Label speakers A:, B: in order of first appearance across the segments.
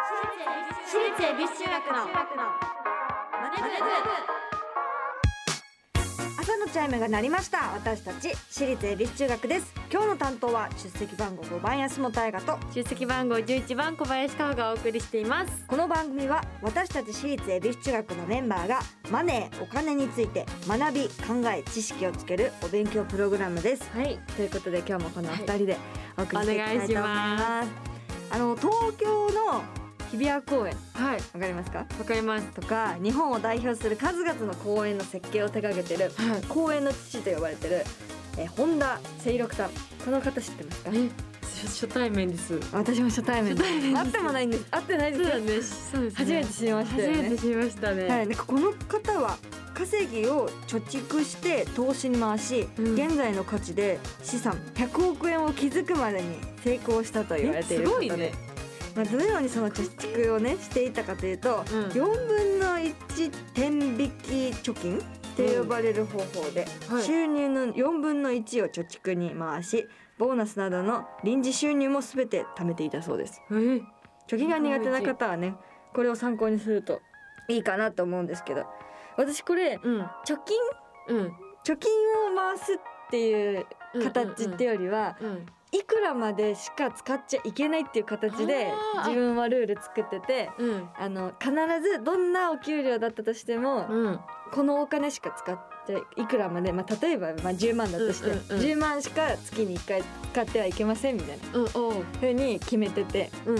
A: 私立恵比寿中学のマネ
B: 朝のチャイムが鳴りました私たち私立恵比寿中学です今日の担当は出席番号5番安本大我と
A: 出席番号11番小林香穂がお送りしています
B: この番組は私たち私立恵比寿中学のメンバーがマネーお金について学び考え知識をつけるお勉強プログラムです
A: はい
B: ということで今日もこのお二人でお送りしていきたいと思い
A: は
B: ます,、あの東京の日比谷公園
A: はい
B: わかりますか
A: わかります
B: とか日本を代表する数々の公園の設計を手掛けてる
A: はい
B: 公園の父と呼ばれてる、えー、本田清六さんこの方知ってますか
A: え初初対面です
B: 私も初対面です会ってもないんです会ってないですよ
A: ねそうです
B: 初めて知りましたよね
A: 初めて知りましたね、
B: はい、でこの方は稼ぎを貯蓄して投資に回し、
A: うん
B: 現在の価値で資産100億円を築くまでに成功したと言われている方で、まあ、どのようにその貯蓄をねしていたかというと、
A: うん
B: 4分の1天引き貯金って呼ばれる方法で、
A: うんはい
B: 収入の4分の1を貯蓄に回しボーナスなどの臨時収入も全て貯めていたそうです。
A: えー
B: 貯金が苦手な方はねこれを参考にするといいかなと思うんですけど私これ
A: うん
B: 貯金
A: うん
B: 貯金を回すっていう形ってよりは、
A: うんうん
B: いくらまでしか使っちゃいけないっていう形で
A: あー
B: 自分はルール作ってて。
A: うん
B: あの必ずどんなお給料だったとしても、
A: うん
B: このお金しか使っていくらまで、まあ、例えば、まあ、10万だとして、
A: うんうんうん
B: 10万しか月に1回使ってはいけませんみたいな
A: うんおう
B: 風に決めてて
A: うん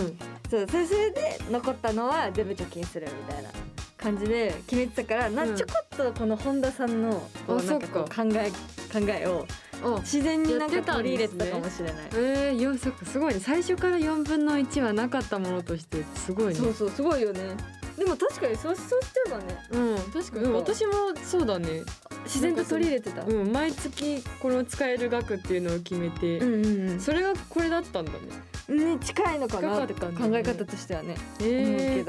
B: そうそれそれで残ったのは全部貯金するみたいな感じで決めてたから、な
A: うん
B: ちょこっとこの本田さんの
A: あ
B: こうなんかこう考え考えを
A: おう
B: 自然になん
A: や
B: か
A: ってたん
B: 取り入
A: で
B: れ
A: す
B: て
A: ね
B: たかもしれない。
A: えー、よそっかすごいね最初から4分の1はなかったものとしてすごいね
B: そうそうすごいよね。でも確かにそうそうしてばね
A: うん確かに、うん
B: なんか
A: 私もそうだね
B: 自然と取り入れてた。うん
A: うん毎月この使える額っていうのを決めて、
B: うん
A: それがこれだったんだね
B: うん、ね近いのかなって
A: 近か
B: 考
A: ったんだよね
B: え方としてはね、
A: え
B: 思うけ
A: ー、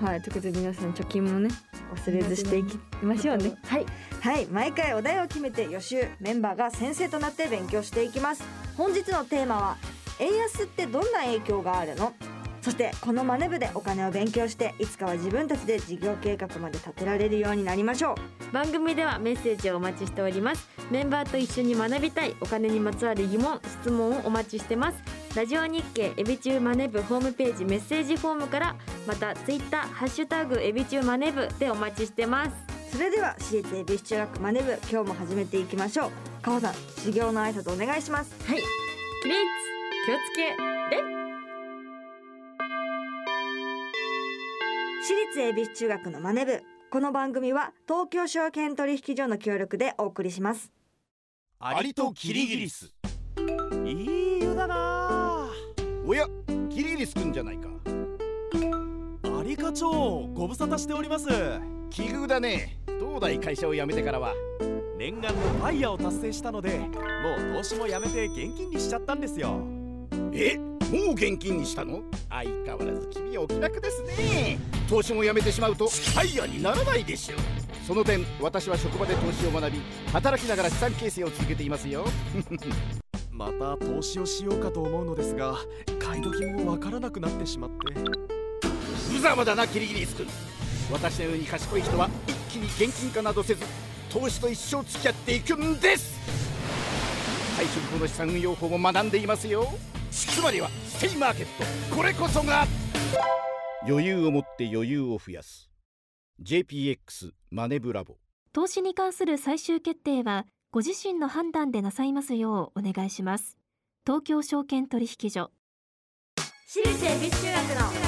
B: どはいということで皆さん貯金もね忘れずしていきましょうね
A: はい
B: はい毎回お題を決めて予習メンバーが先生となって勉強していきます本日のテーマは円安ってどんな影響があるのそしてこのマネ部でお金を勉強していつかは自分たちで事業計画まで立てられるようになりましょう
A: 番組ではメッセージをお待ちしておりますメンバーと一緒に学びたいお金にまつわる疑問質問をお待ちしてますラジオ日経エビチューマネブホームページメッセージフォームからまたツイッターハッシュタグエビチューマネブでお待ちしてます
B: それでは私立恵比寿中学マネ部今日も始めていきましょうかほさん授業の挨拶お願いします
A: はい。起立気をつけレッ
B: 私立恵比寿中学のマネ部この番組は東京証券取引所の協力でお送りします
C: アリとキリギリスいい湯だなあ
D: おやキリギリスくんじゃないか
C: アリ課長ご無沙汰しております
D: 奇遇だね東大会社を辞めてからは
C: 念願のファイヤーを達成したのでもう投資もやめて現金にしちゃったんですよ
D: えもう現金にしたの相変わらず君はお気楽ですね投資も辞めてしまうとファイヤーにならないでしょうその点私は職場で投資を学び働きながら資産形成を続けていますよ
C: また投資をしようかと思うのですが買い時もわからなくなってしまって
D: 無様だなキリギリスくん私のように賢い人は一気に現金化などせず投資と一生付き合っていくんです退職後の資産運用法も学んでいますよつまりはステイマーケットこれこそが余裕を持って余裕を増やす JPX マネブラボ
E: 投資に関する最終決定はご自身の判断でなさいますようお願いします東京証券取引所
A: 私立エビ中学の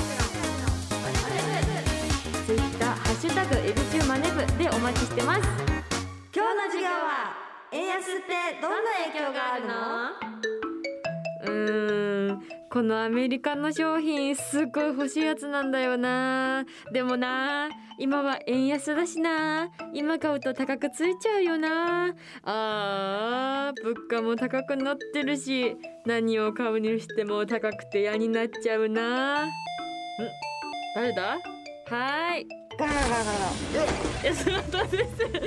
A: ツイッターハッシュタグエビチューマネブでお待ちしてます
B: 今日の授業は円安ってどんな影響があるの
A: うーんこのアメリカの商品すっごい欲しいやつなんだよなでもな今は円安だしな今買うと高くついちゃうよなあー物価も高くなってるし何を買うにしても高くて嫌になっちゃうなん誰だはーい
B: ガラガラガラ
A: えそのとですえ
B: ちょっと上って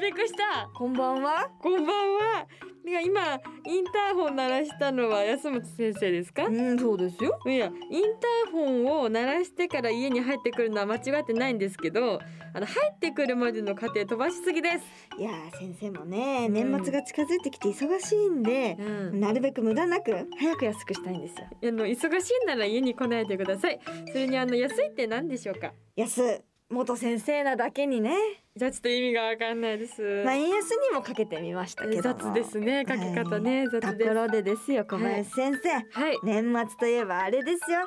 A: びっくりした
B: こんばんは
A: こんばんは。や今インターホン鳴らしたのは安本先生ですか
B: うんそうですよ
A: いやインターホンを鳴らしてから家に入ってくるのは間違ってないんですけどあの入ってくるまでの過程飛ばしすぎです、
B: いやー先生もね
A: うん
B: 年末が近づいてきて忙しいんで、
A: うん、
B: なるべく無駄なく早く安くしたいんですよ
A: あの忙しいなら家に来ないでくださいそれにあの安いって何でしょうか
B: 安元先生なだけにね、
A: じゃあちょっと意味がわかんないです
B: まあ、円安にもかけてみましたけど
A: 雑ですね書き方ね、雑
B: と
A: です
B: ころでですよ小林先生、
A: はい
B: 年末といえばあれですよ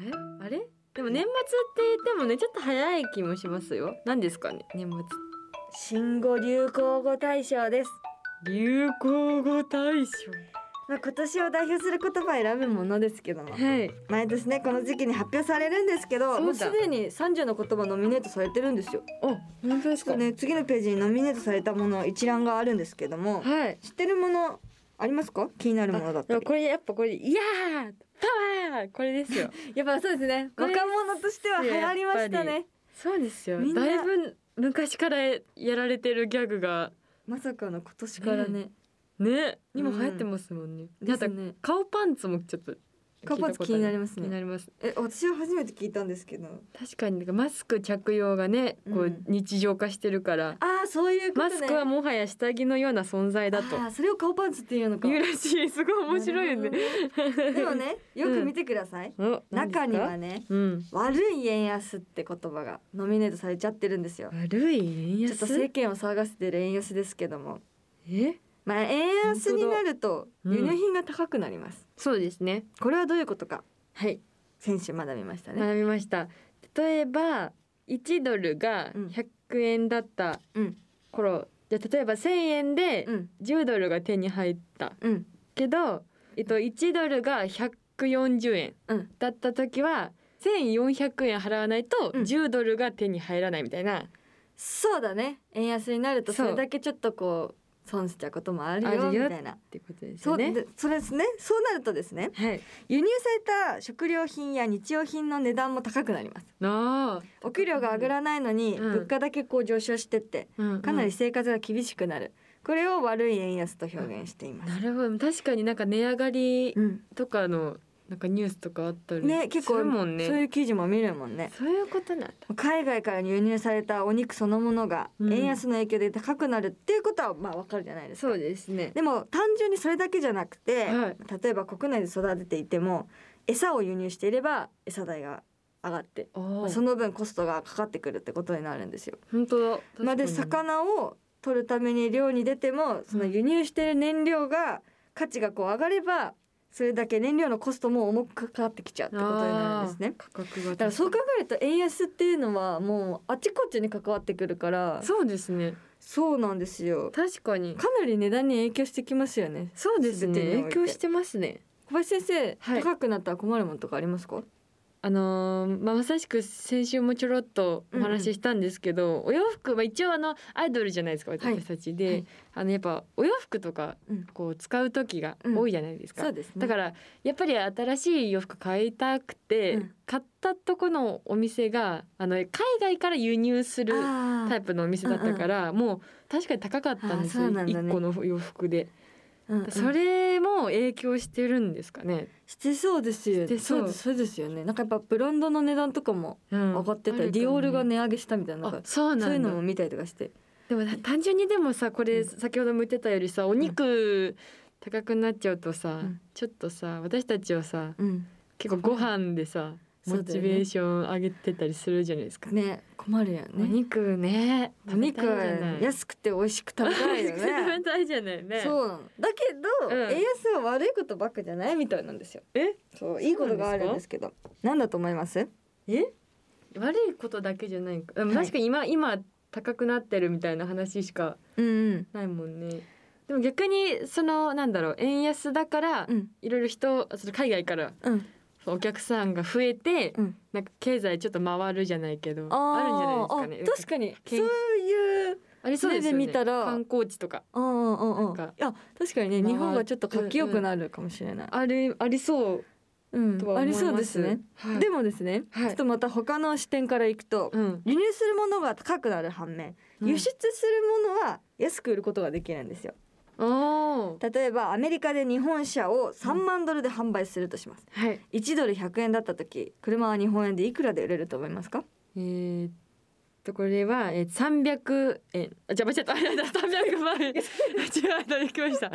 A: えあれでも年末って言ってもねちょっと早い気もしますよ何ですかね年末
B: 新語・流行語大賞です、
A: 流行語大賞
B: まあ、今年を代表する言葉を選ぶものですけども
A: はい
B: 毎年ねこの時期に発表されるんですけど
A: そうだ
B: もうすでに30の言葉ノミネートされてるんですよ
A: あ本当です
B: ちょっとね次のページにノミネートされたもの一覧があるんですけども
A: はい
B: 知ってるものありますか気になるものだっ
A: で
B: た
A: も
B: り
A: これやっぱこれいやーパワーこれですよやっぱそうですね
B: 若者としては流行りました
A: やっ
B: ね
A: そうですよ
B: みんな
A: だいぶ昔からやられてるギャグが
B: まさかの今年からね
A: ねにも
B: うん
A: 流行ってますもんね、
B: で
A: あ
B: す
A: と
B: ね
A: 顔パンツもちょっと
B: 顔パンツ
A: 聞いたことあ
B: 気になります
A: 気
B: ね
A: になります
B: え私は初めて聞いたんですけど
A: 確かになんかマスク着用がねこ
B: う
A: うん日常化してるから、
B: ああそういうこと
A: マ
B: ね
A: スクはもはや下着のような存在だと
B: あーそれを顔パンツっていうのか
A: 言うらしいすごい面白いよね
B: なるほどねでもねよく見てくださ い、
A: お何ですか
B: 中にはね
A: うん
B: 悪い円安って言葉がノミネートされちゃってるんですよ
A: 悪い円
B: ちょっと
A: 安
B: 世間を騒がせてる円安ですけども
A: え
B: まあ円安になると
A: 本当だ
B: 輸
A: うん
B: 入品が高くなります、
A: そうですね
B: これはどういうことか
A: はい
B: 先週学びましたね、
A: 学びました例えば1ドルが
B: うん
A: 100円だった
B: うん
A: 頃、じゃあ例えば1,000円で
B: うん
A: 10ドルが手に入った
B: うん
A: けど、えっと、1ドルが140円
B: うん
A: だった時は1,400円払わないと
B: うん
A: 10ドルが手に入らないみたいな、
B: そうだね円安になると
A: そ
B: そうれだけちょっとこう損しちゃうこともある
A: あ
B: よ
A: る
B: み
A: よ
B: たいな
A: ってことです
B: そ
A: よ
B: うで
A: ね。
B: それですねそうなるとですね
A: はい、
B: 輸入された食料品や日用品の値段も高くなります
A: あ
B: お給料が上がらないのに
A: うん
B: 物価だけこう上昇してって
A: あ
B: かなり生活が厳しくなるこれを悪い円安と表現しています
A: なるほど確かになんか値上がり
B: うん
A: とかのなんかニュースとかあったり
B: ね結
A: す
B: 構
A: るもんね
B: そういう記事も見るもんね
A: そういうことなんだ
B: 海外から輸入されたお肉そのものが
A: うん
B: 円安の影響で高くなるっていうことはまあわかるじゃないですか
A: そうですね
B: でも単純にそれだけじゃなくて、
A: はい
B: 例えば国内で育てていても餌を輸入していれば餌代が上がって
A: ああ
B: その分コストがかかってくるってことになるんですよ。
A: 本当だ確かに
B: まあ、で魚を取るために漁に出てもその輸入している燃料が価値がこう上がればそれだけ燃料のコストも重くかかってきちゃうってことになるんですね。
A: 価格が
B: だからそう考えると円安っていうのはもうあちこちに関わってくるから
A: そうですね
B: そうなんですよ
A: 確かに
B: かなり値段に影響してきますよね
A: そうです
B: 全てに
A: ね
B: おい
A: 影
B: て
A: 響してますね
B: 小林先生、
A: はい
B: 高くなったら困るものとかありますか
A: あのーまあ、まさしく先週もちょろっとお話ししたんですけど、お洋服は一応あのアイドルじゃないですか
B: い
A: 私たちで、
B: はい
A: あのやっぱお洋服とか
B: うん
A: こう使う時が多いじゃないですか、
B: です
A: だからやっぱり新しい洋服買いたくて、
B: うん
A: 買ったとこのお店があの海外から輸入する
B: あ
A: タイ
B: プ、
A: プのお店だったから、もう確かに高かったんです
B: あー
A: よ、
B: そうなんだ
A: 一
B: ね
A: 個の洋服で、
B: うんうん
A: それも影響してるんですかね、
B: してそうですよね
A: してそう
B: そうですそうですよねなんかやっぱブランドの値段とかも
A: うん
B: 上がってた
A: あるかも
B: り、
A: ね
B: ディオールが値上げしたみたいななん
A: あ
B: か
A: そう
B: そ
A: な
B: ういうん
A: だ
B: のも見たりとかして
A: でもな単純にでもさこ
B: う
A: れ
B: ん
A: 先ほども言ってたよりさお肉高くなっちゃうとさ、
B: うん
A: ちょっとさ私たちはさ
B: うん
A: 結構ご飯でさ
B: そうだ
A: モチ
B: よね
A: ベーション上げてたりするじゃないですか。
B: ね困るよ
A: お
B: ね
A: 肉ね
B: お肉は安くて美味しく 食べたいよ
A: 食べ
B: ね
A: たいじゃないね
B: そうなのだけど、
A: うん
B: 円安は悪いことばっかじゃないみたいなんですよ
A: え
B: そういいことがあるんですけどなんだと思います
A: え悪いことだけじゃないかでも
B: はい
A: 確かに今、今高くなってるみたいな話しか
B: うんうん
A: ないもんねでも逆にそのなんだろう円安だから
B: うん
A: いろいろ人その海外から
B: うん
A: お客さんが増えて、
B: うん
A: なんか経済ちょっと回るじゃないけど
B: ー
A: あるんじゃないですかね
B: あ確かにそう
A: けん
B: いう
A: ありそうですよ
B: 目
A: ね
B: で見たら
A: 観光地とか
B: うんうんうんう
A: なん
B: んい
A: か
B: や確かにね
A: 回っ
B: 日本がちょっと活気よくなるかもしれない、
A: あるありそう
B: うん
A: とは
B: あ
A: 思い
B: り
A: ます
B: そうですね、
A: はい
B: でもですね、
A: はい
B: ちょっとまた他の視点からいくと、
A: うん
B: 輸入するものが高くなる反面、輸出するものは安く売ることができるんですよ
A: おー
B: 例えばアメリカで日本車を3万ドルで販売するとします
A: はい。
B: 1ドル100円だった時車は日本円でいくらで売れると思いますか
A: えーっとこれはえ三百円あ邪魔しちゃった 三百万 円違う間に来ました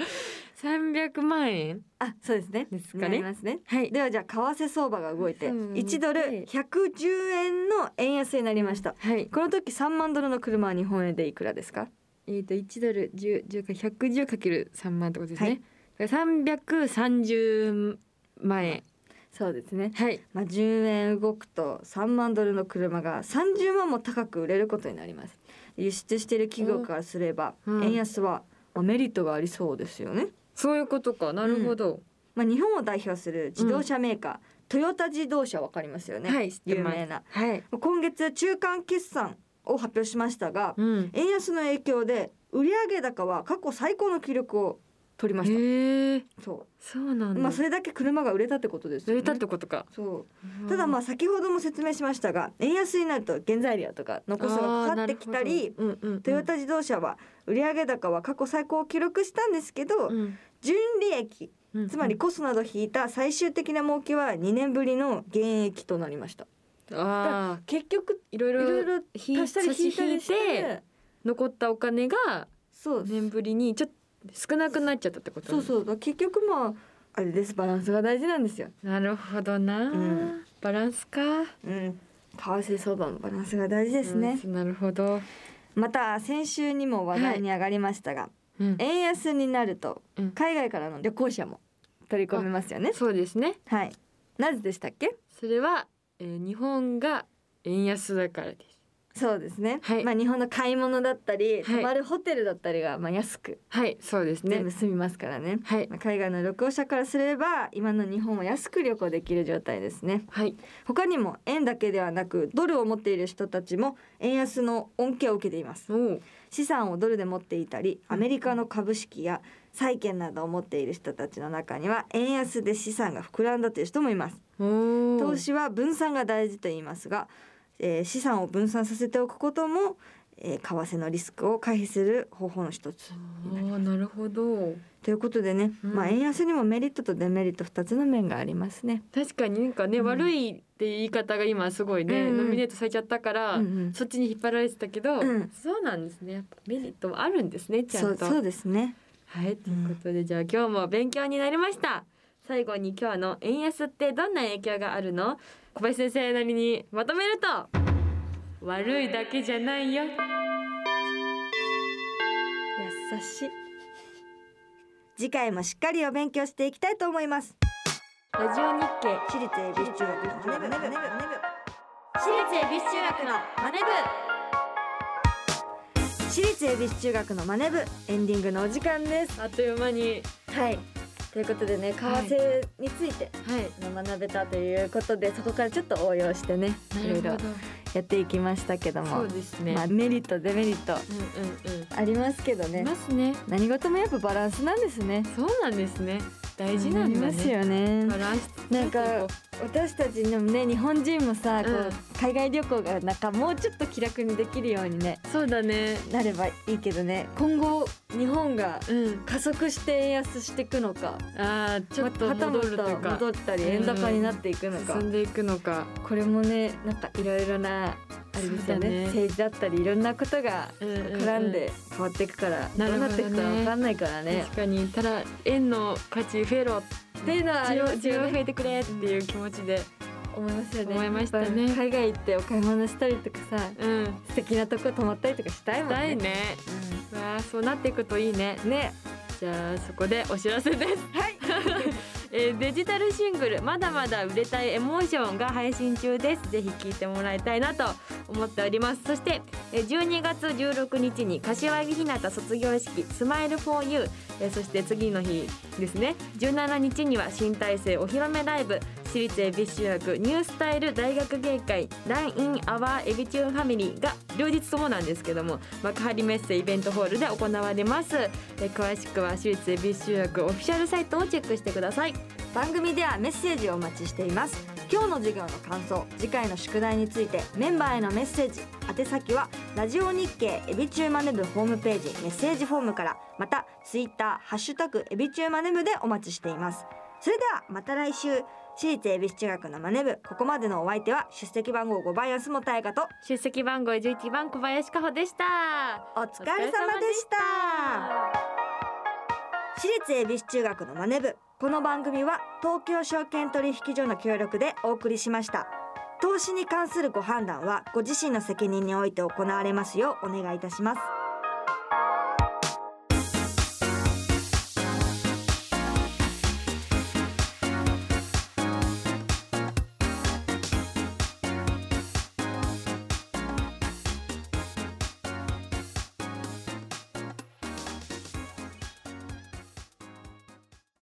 A: 三百万円
B: あそうですね
A: ですかね
B: なりますね
A: はい
B: ではじゃあ為替相場が動いて
A: うん
B: 1ドル110円の円安になりました
A: はい
B: この時3万ドルの車は日本円でいくらですか
A: えーっと一ドル十十か百十かける三万ってことです
B: はい
A: ね三百三十万円
B: そうですね
A: はい
B: まあ、10円動くと3万ドルの車が30万も高く売れることになります輸出している企業からすれば
A: うん
B: 円安はまあメリットがありそうですよね、
A: そういうことかなるほど、
B: まあ、日本を代表する自動車メーカー、トヨタ自動車わかりますよね、
A: はい知って
B: 有
A: ます
B: 名な
A: はい
B: 今月中間決算を発表しましたが、
A: うん
B: 円安の影響で売上高は過去最高の記録を取りま
A: へ
B: した
A: えー、
B: そ
A: そうな
B: う、
A: んだ、
B: まあ、それだけ車が売れたってことですよ
A: 売
B: ね
A: れたってことか
B: そうただまあ先ほども説明しましたが円安になると原材料とか残すのがかかってきたり、
A: あーなるほどうんうんうん、
B: トヨタ自動車は売上高は過去最高を記録したんですけど、
A: うん
B: 純利益
A: うん
B: つまりコストなどを引いた最終的な儲けは2年ぶりの減益となりました
A: ああ
B: 結局
A: いろい
B: い
A: ろ
B: ろいろ
A: 引い
B: 足したり引いたりし
A: 差
B: て
A: し引いて残ったお金が
B: そう
A: 年ぶりにちょっと少なくなっちゃったってこと
B: そうそうだから結局まああれですバランスが大事なんですよ、
A: なるほどな、
B: うん
A: バランスか
B: うん、為替相場のバランスが大事ですね、
A: うんなるほど、
B: また先週にも話題に上がりましたが、
A: うん
B: 円安になると
A: うん
B: 海外からの旅行者も取り込めますよね。
A: そうですね
B: はい。なぜでしたっけ？
A: それは、えー日本が円安だからです
B: そうですね。
A: はい
B: まあ日本の買い物だったり、
A: はい
B: 泊まるホテルだったりがまあ安く
A: はいそうです
B: 全部
A: ね
B: 済みますからね。
A: はい
B: まあ海外の旅行者からすれば今の日本は安く旅行できる状態ですね
A: はい
B: 他にも円だけではなくドルを持っている人たちも円安の恩恵を受けています
A: おう
B: 資産をドルで持っていたりアメリカの株式や債券などを持っている人たちの中には円安で資産が膨らんだという人もいます
A: おう
B: 投資は分散が大事と言いますが、えー資産を分散させておくことも、えー為替のリスクを回避する方法の一つ
A: あーなるほど
B: ということでね、
A: うん
B: まあ円安にもメリットとデメリット二つの面がありますね、
A: 確かになんかね、
B: うん
A: 悪いって言い方が今すごいね、
B: うんうん
A: ノミネートされちゃったから、
B: うんうん
A: そっちに引っ張られてたけど、
B: うん
A: そうなんですねやっぱメリットもあるんですねちゃ
B: そ
A: ん
B: う
A: と
B: そうですね
A: はいということで、じゃあ今日も勉強になりました最後に今日の円安ってどんな影響があるの小林先生なりにまとめると悪いだけじゃないよ
B: 優しい次回もしっかりお勉強していきたいと思います
A: ラジオ日経
B: 私立恵比寿中学のマネブマネブマネブ私立恵比寿中学のマネブエンディングのお時間です
A: あっという間に
B: はい。ということでね、為
A: はい
B: 替について、
A: はい
B: あの学べたということで、そこからちょっと応用してね、いろいろやっていきましたけど
A: そ
B: も
A: う、ですね、
B: まあメリットデメリット
A: うんうんうん
B: ありますけど
A: い
B: ね、
A: ますね
B: 何事もやっぱバランスなんですね。
A: そうなんですね大事なん
B: あ
A: だ
B: ります
A: ね
B: よね。
A: バランス
B: なんか私たちのね、日本人もさ、こ
A: う
B: うん海外旅行がなんかもうちょっと気楽にできるようにね、
A: そうだね
B: なればいいけどね、今後日本が
A: うん
B: 加速して円安していくのか。
A: あーちょっと
B: また
A: 戻るという
B: ま
A: か
B: た戻ったり円高になっていくのか、
A: 進んでいくのか
B: これもねなんかいろいろなあれですよ
A: そうだ
B: ね
A: ね
B: 政治だったりいろんなことが絡
A: 絡
B: んで変わっていくから、
A: なるほど
B: どうな
A: ね
B: っていくかわかんないからね。
A: 確かにただ円の価値増えろ
B: っていうのはあ
A: 需
B: り
A: 要
B: ます
A: 需
B: よ
A: 要増
B: ね
A: えてくれっていう気持ちで
B: 思いますよね
A: 思いましたね
B: やっぱ海外行ってお買い物したりとかさ
A: うん
B: 素敵なとこ泊まったりとかしたいもんね
A: だいねわあそうなっていくといいね
B: うんね
A: じゃあそこでお知らせです
B: はい
A: えーデジタルシングル「まだまだ売れたいエモーション」が配信中ですぜひ聴いてもらいたいなと思っておりますそして、えー12月16日に柏木ひなた卒業式「スマイルフォーユーえーそして次の日ですね17日には新体制お披露目ライブ私立恵比寿中学ニュースタイル大学芸会「ランインアワーエビチューンファミリー」が両日ともなんですけども幕張メッセイベントホールで行われますえー詳しくは私立恵比寿中学オフィシャルサイトをチェックしてください
B: 番組ではメッセージをお待ちしています今日の授業の感想次回の宿題についてメンバーへのメッセージ宛先はラジオ日経エビチューマネブホームページメッセージフォームからまたツイッターハッシュタグエビチューマネブでお待ちしていますそれではまた来週私立恵比寿中学のマネ部ここまでのお相手は出席番号5番安本彩香と
A: 出席番号11番小林加穂でした
B: お疲れ様でした私立恵比寿中学のマネ部この番組は東京証券取引所の協力でお送りしました投資に関するご判断はご自身の責任において行われますようお願いいたします